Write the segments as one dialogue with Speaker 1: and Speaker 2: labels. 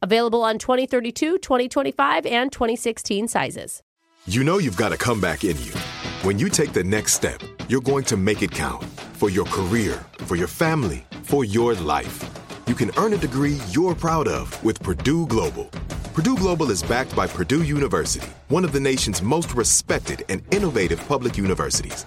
Speaker 1: Available on 2032, 2025, and 2016 sizes.
Speaker 2: You know you've got a comeback in you. When you take the next step, you're going to make it count for your career, for your family, for your life. You can earn a degree you're proud of with Purdue Global. Purdue Global is backed by Purdue University, one of the nation's most respected and innovative public universities.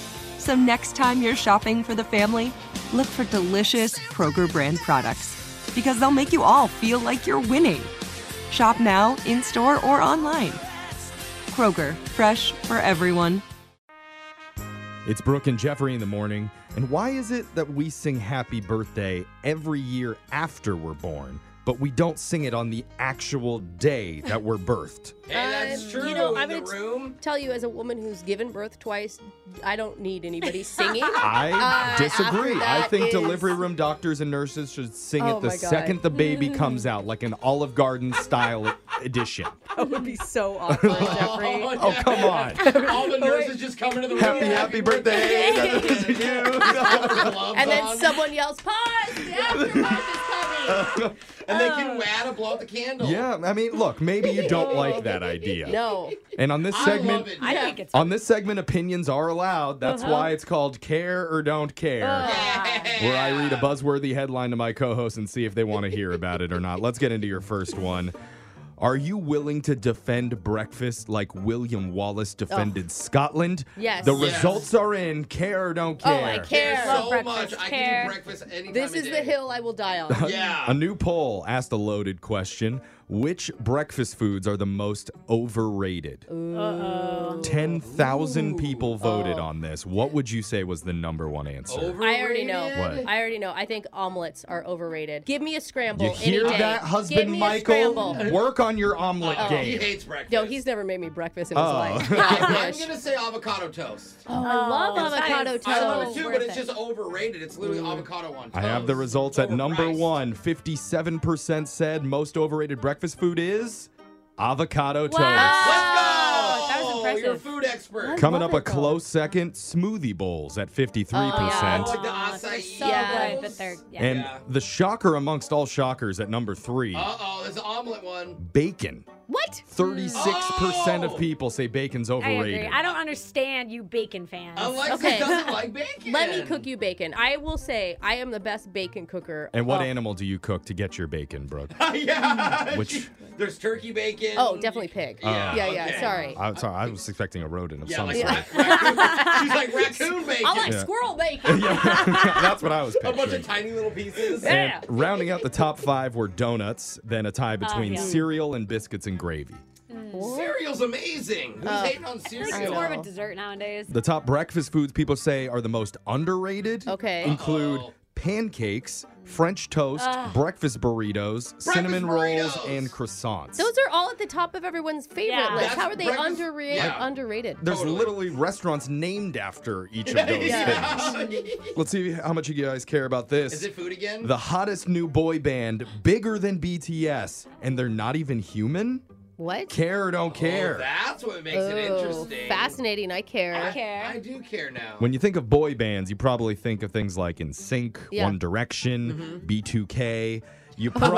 Speaker 3: So next time you're shopping for the family, look for delicious Kroger brand products because they'll make you all feel like you're winning. Shop now, in store, or online. Kroger, fresh for everyone.
Speaker 4: It's Brooke and Jeffrey in the morning. And why is it that we sing happy birthday every year after we're born, but we don't sing it on the actual day that we're birthed?
Speaker 1: that's true. Um, You know, I'm going to tell you, as a woman who's given birth twice, I don't need anybody singing.
Speaker 4: I
Speaker 1: Uh,
Speaker 4: disagree. I
Speaker 1: that
Speaker 4: think
Speaker 1: is-
Speaker 4: delivery room doctors and nurses should sing
Speaker 1: Oh
Speaker 4: it the
Speaker 1: my God.
Speaker 4: second the baby comes out, like an Olive Garden style edition.
Speaker 3: That would be so awful, Jeffrey.
Speaker 4: Oh, come on.
Speaker 5: All the nurses just come into the room.
Speaker 4: Happy, happy birthday.
Speaker 1: and then someone yells, pause! The aftermath is coming!
Speaker 5: And they can add and blow out the candle.
Speaker 4: yeah, I mean, look, maybe you don't like that idea.
Speaker 1: No.
Speaker 4: And on this
Speaker 5: I
Speaker 4: segment,
Speaker 5: love it.
Speaker 3: I think it's
Speaker 4: On this segment, opinions are allowed. That's
Speaker 1: Uh-huh.
Speaker 4: why it's called Care or Don't Care, where I read a buzzworthy headline to my co hosts and see if they want to hear about it or not. Let's get into your first one. Are you willing to defend breakfast like William Wallace defended Scotland?
Speaker 1: Yes.
Speaker 4: The
Speaker 5: Yes.
Speaker 4: results are in. Care or don't care.
Speaker 1: Oh, I
Speaker 5: There's
Speaker 1: care.
Speaker 5: so much. I can do breakfast anytime.
Speaker 1: This
Speaker 5: of
Speaker 1: is the
Speaker 5: day.
Speaker 1: hill I will die on.
Speaker 4: A
Speaker 5: Yeah.
Speaker 4: new poll asked a loaded question. Which breakfast foods are the most overrated? 10,000 people voted on this. What would you say was the number one answer?
Speaker 1: I already know.
Speaker 4: What?
Speaker 1: I already know. I think omelets are overrated. Give me a scramble
Speaker 4: You hear
Speaker 1: any day.
Speaker 4: that,
Speaker 1: Give
Speaker 4: husband
Speaker 1: me
Speaker 4: Michael?
Speaker 1: A scramble.
Speaker 4: Work on your omelet
Speaker 5: He
Speaker 4: game.
Speaker 5: hates breakfast.
Speaker 1: No, Oh. he's never made me breakfast in
Speaker 5: Oh.
Speaker 1: his life. Yeah, I
Speaker 5: I'm
Speaker 1: wish.
Speaker 5: gonna say avocado toast.
Speaker 1: Oh, I love avocado toast.
Speaker 5: I love it too, but
Speaker 1: Worth
Speaker 5: it's
Speaker 1: it.
Speaker 5: just overrated. It's literally avocado on toast.
Speaker 4: Mm. I have the results
Speaker 5: It's
Speaker 4: at number
Speaker 5: overpriced.
Speaker 4: one. 57% said most overrated breakfast food is avocado
Speaker 6: Wow.
Speaker 4: toast.
Speaker 5: Let's go.
Speaker 6: Oh, that was impressive.
Speaker 5: You're a food expert.
Speaker 4: Coming
Speaker 1: love
Speaker 4: up a
Speaker 1: it, though.
Speaker 4: close second, smoothie bowls at 53%.
Speaker 5: I
Speaker 1: Oh,
Speaker 5: like the acai.
Speaker 6: So
Speaker 1: Yeah.
Speaker 6: good, but they're yeah.
Speaker 4: And
Speaker 5: Yeah.
Speaker 4: the shocker amongst all shockers at number three,
Speaker 5: Uh oh, there's an omelet one.
Speaker 4: bacon.
Speaker 1: What?
Speaker 4: 36%
Speaker 5: Oh.
Speaker 4: of people say bacon's
Speaker 6: I
Speaker 4: overrated.
Speaker 6: agree. I don't understand you bacon fans.
Speaker 5: Alexa
Speaker 1: Okay.
Speaker 5: doesn't like bacon.
Speaker 1: Let me cook you bacon. I will say I am the best bacon cooker.
Speaker 4: and what
Speaker 1: Oh.
Speaker 4: animal do you cook to get your bacon, Brooke?
Speaker 5: yeah.
Speaker 4: Which-
Speaker 5: There's turkey bacon.
Speaker 1: Oh, definitely pig.
Speaker 5: Yeah,
Speaker 1: yeah, yeah.
Speaker 5: okay.
Speaker 1: Sorry.
Speaker 4: I'm sorry, I was expecting a rodent of
Speaker 5: Yeah,
Speaker 4: some
Speaker 5: like
Speaker 4: sort.
Speaker 5: ra- raccoon. She's like raccoon bacon.
Speaker 1: I like
Speaker 4: Yeah.
Speaker 1: squirrel bacon.
Speaker 4: yeah, that's what I was
Speaker 5: a
Speaker 4: picturing.
Speaker 5: bunch of tiny little pieces.
Speaker 4: and rounding out the top five were donuts, then a
Speaker 6: Uh,
Speaker 4: tie between cereal and biscuits and gravy.
Speaker 5: Cereal's amazing. Who's hating on
Speaker 6: I think
Speaker 5: cereal?
Speaker 6: it's more of a dessert nowadays.
Speaker 4: The top breakfast foods people say are the most underrated
Speaker 1: Okay.
Speaker 4: include pancakes, French toast, breakfast burritos, cinnamon rolls,
Speaker 5: burritos!
Speaker 4: and croissants.
Speaker 1: Those are all at the top of everyone's favorite
Speaker 6: Yeah.
Speaker 1: list.
Speaker 5: That's
Speaker 1: How are they
Speaker 5: breakfast-
Speaker 1: underrated?
Speaker 5: Yeah.
Speaker 1: Underrated.
Speaker 4: There's literally restaurants named after each of those things. Let's see how much you guys care about this.
Speaker 5: Is it food again?
Speaker 4: the hottest new boy band, bigger than BTS, and they're not even human?
Speaker 1: What?
Speaker 4: Care or
Speaker 5: Oh,
Speaker 4: don't care.
Speaker 5: That's what makes it
Speaker 1: Oh,
Speaker 5: interesting.
Speaker 1: Fascinating. I care.
Speaker 6: I care.
Speaker 5: I do care now.
Speaker 4: When you think of boy bands, you probably think of things like In Sync,
Speaker 1: Yeah.
Speaker 4: One Direction, B2K. You probably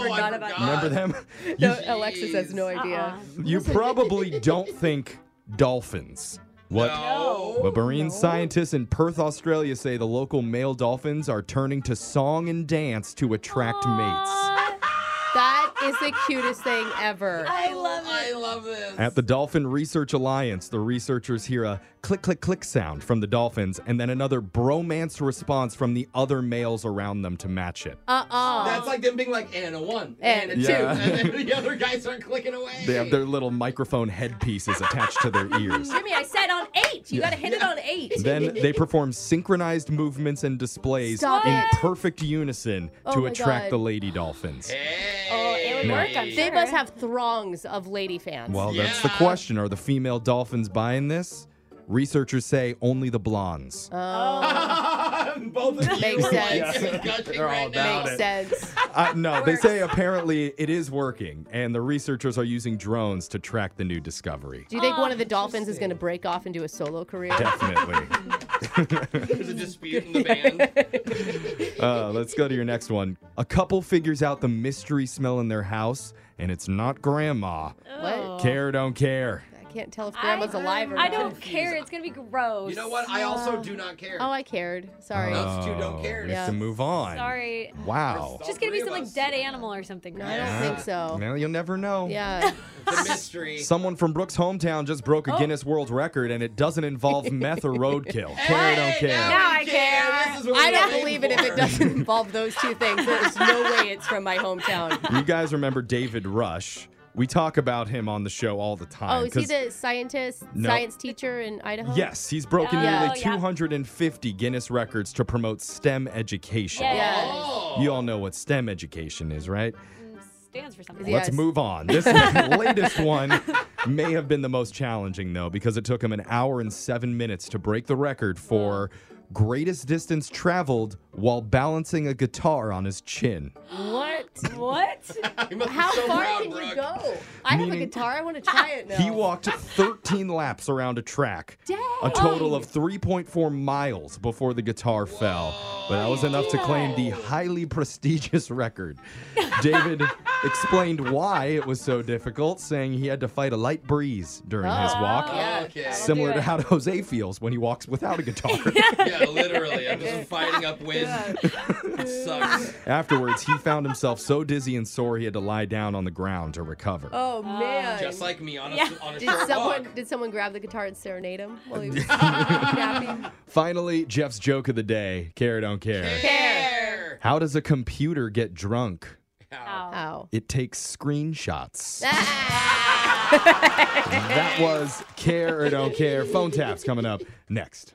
Speaker 5: oh,
Speaker 6: forgot
Speaker 5: I
Speaker 6: about
Speaker 5: forgot.
Speaker 4: remember them. You,
Speaker 1: No, Alexis has no
Speaker 5: Jeez.
Speaker 1: idea.
Speaker 6: Uh-uh.
Speaker 4: you probably don't think dolphins. What?
Speaker 5: No.
Speaker 4: But
Speaker 1: Oh,
Speaker 4: marine scientists in Perth, Australia say the local male dolphins are turning to song and dance to attract mates.
Speaker 1: That is the cutest thing ever.
Speaker 6: I love it.
Speaker 5: Uh-uh. I love this.
Speaker 4: At the Dolphin Research Alliance, the researchers hear a click, click, click sound from the dolphins and then another bromance response from the other males around them to match it.
Speaker 1: Uh oh.
Speaker 5: That's like them being like, and a one,
Speaker 1: And
Speaker 5: and,
Speaker 1: a
Speaker 5: a two,
Speaker 4: Yeah.
Speaker 5: and then the other guys start clicking away.
Speaker 4: They have their little microphone headpieces attached to their ears.
Speaker 6: Jimmy, I said on eight. You gotta hit it on eight.
Speaker 4: Then they perform synchronized movements and displays
Speaker 1: Stop
Speaker 4: in
Speaker 1: it.
Speaker 4: perfect unison
Speaker 1: Oh
Speaker 4: to
Speaker 1: my
Speaker 4: attract
Speaker 1: God.
Speaker 4: the lady dolphins.
Speaker 5: Hey.
Speaker 6: Oh, it would
Speaker 4: No.
Speaker 6: work. I'm
Speaker 1: they
Speaker 6: sure.
Speaker 1: must have throngs of lady fans.
Speaker 4: Well, that's the
Speaker 5: Yeah.
Speaker 4: question. Are the female dolphins buying this? Researchers say only the blondes.
Speaker 6: Uh,
Speaker 5: Both of you
Speaker 1: Makes
Speaker 5: were
Speaker 1: sense.
Speaker 5: Like, gushing
Speaker 4: They're all
Speaker 5: right now.
Speaker 4: about
Speaker 1: Makes sense.
Speaker 4: Uh, no, they say apparently it is working, and the researchers are using drones to track the new discovery.
Speaker 1: Do you
Speaker 5: Oh,
Speaker 1: think one of the dolphins is going to break off and do a solo career?
Speaker 4: Definitely.
Speaker 5: There's a dispute in the band.
Speaker 4: Uh, let's go to your next one. A couple figures out the mystery smell in their house, and it's not grandma.
Speaker 1: What?
Speaker 4: Care, don't care.
Speaker 1: I can't tell if grandma's alive or
Speaker 6: Oh. I
Speaker 1: not.
Speaker 6: don't care. It's gonna be gross.
Speaker 5: You know what? I also do not care.
Speaker 1: Oh, I cared. Sorry.
Speaker 5: Uh, Those two don't care.
Speaker 4: We
Speaker 1: Yeah.
Speaker 4: have to move on.
Speaker 6: Sorry.
Speaker 4: Wow.
Speaker 6: It's just gonna be
Speaker 5: All
Speaker 6: some
Speaker 5: three of
Speaker 6: like
Speaker 5: us.
Speaker 6: dead animal or something.
Speaker 1: I don't think so.
Speaker 4: Well, you'll never know.
Speaker 1: Yeah.
Speaker 5: It's a mystery.
Speaker 4: Someone from Brooks' hometown just broke
Speaker 1: Oh.
Speaker 4: a Guinness World Record, and it doesn't involve meth or roadkill. care, don't care.
Speaker 5: Now
Speaker 6: I
Speaker 5: we care. This is what
Speaker 1: I
Speaker 5: we
Speaker 1: don't
Speaker 5: came
Speaker 1: believe it if it
Speaker 5: for.
Speaker 1: doesn't involve those two things. There's no way it's from my hometown.
Speaker 4: You guys remember David Rush? We talk about him on the show all the time.
Speaker 1: Oh, is he
Speaker 4: 'cause-
Speaker 1: the scientist,
Speaker 4: No.
Speaker 1: science teacher in Idaho?
Speaker 4: Yes, he's broken
Speaker 6: Oh,
Speaker 4: nearly
Speaker 6: yeah.
Speaker 4: 250 Guinness records to promote STEM education.
Speaker 6: Yeah.
Speaker 1: Yes.
Speaker 5: Oh.
Speaker 4: You all know what STEM education is, right?
Speaker 6: Stands for something.
Speaker 1: Yeah.
Speaker 4: Let's
Speaker 1: Yes.
Speaker 4: move on. This latest one may have been the most challenging, though, because it took him an hour and seven minutes to break the record for greatest distance traveled while balancing a guitar on his chin.
Speaker 1: What?
Speaker 6: What?
Speaker 5: You must be
Speaker 1: How
Speaker 5: so
Speaker 1: far
Speaker 5: proud,
Speaker 1: can you
Speaker 5: Brooke.
Speaker 1: go? I have a
Speaker 4: Meaning-
Speaker 1: guitar. I want to try it now.
Speaker 4: He walked 13 laps around a track, a total of 3.4 miles before the guitar fell. But that was enough to claim the highly prestigious record. David explained why it was so difficult, saying he had to fight a light breeze during his walk.
Speaker 1: yeah.
Speaker 5: Okay.
Speaker 4: Similar
Speaker 6: do
Speaker 4: to
Speaker 6: it.
Speaker 4: how Jose feels when he walks without a guitar.
Speaker 5: yeah, literally. I'm just fighting upwind. It sucks.
Speaker 4: Afterwards, he found himself so dizzy and sore he had to lie down on the ground to recover.
Speaker 1: Oh man.
Speaker 5: Just like me on a,
Speaker 6: Yeah.
Speaker 5: on a
Speaker 1: did
Speaker 5: short
Speaker 1: someone
Speaker 5: walk.
Speaker 1: did someone grab the guitar and serenade him while he was napping?
Speaker 4: Finally, Jeff's joke of the day care, don't care.
Speaker 5: Care.
Speaker 4: How does a computer get drunk?
Speaker 5: Ow.
Speaker 1: Ow.
Speaker 4: It takes screenshots.
Speaker 1: Ah!
Speaker 4: that was Care or Don't Care. Phone taps coming up next.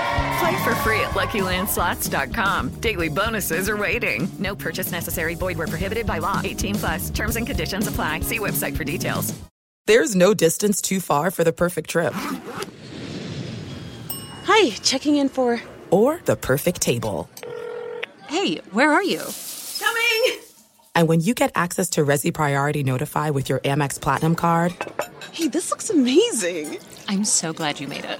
Speaker 7: Play for free at LuckyLandSlots.com. Daily bonuses are waiting. No purchase necessary. Void were prohibited by law. 18 plus. Terms and conditions apply. See website for details.
Speaker 8: There's no distance too far for the perfect trip
Speaker 9: Hi, checking in for.
Speaker 8: or the perfect table.
Speaker 9: Hey, where are you? Coming!
Speaker 8: And when you get access to Resi Priority Notify with your Amex Platinum card,
Speaker 10: Hey, this looks amazing. I'm so glad you made it.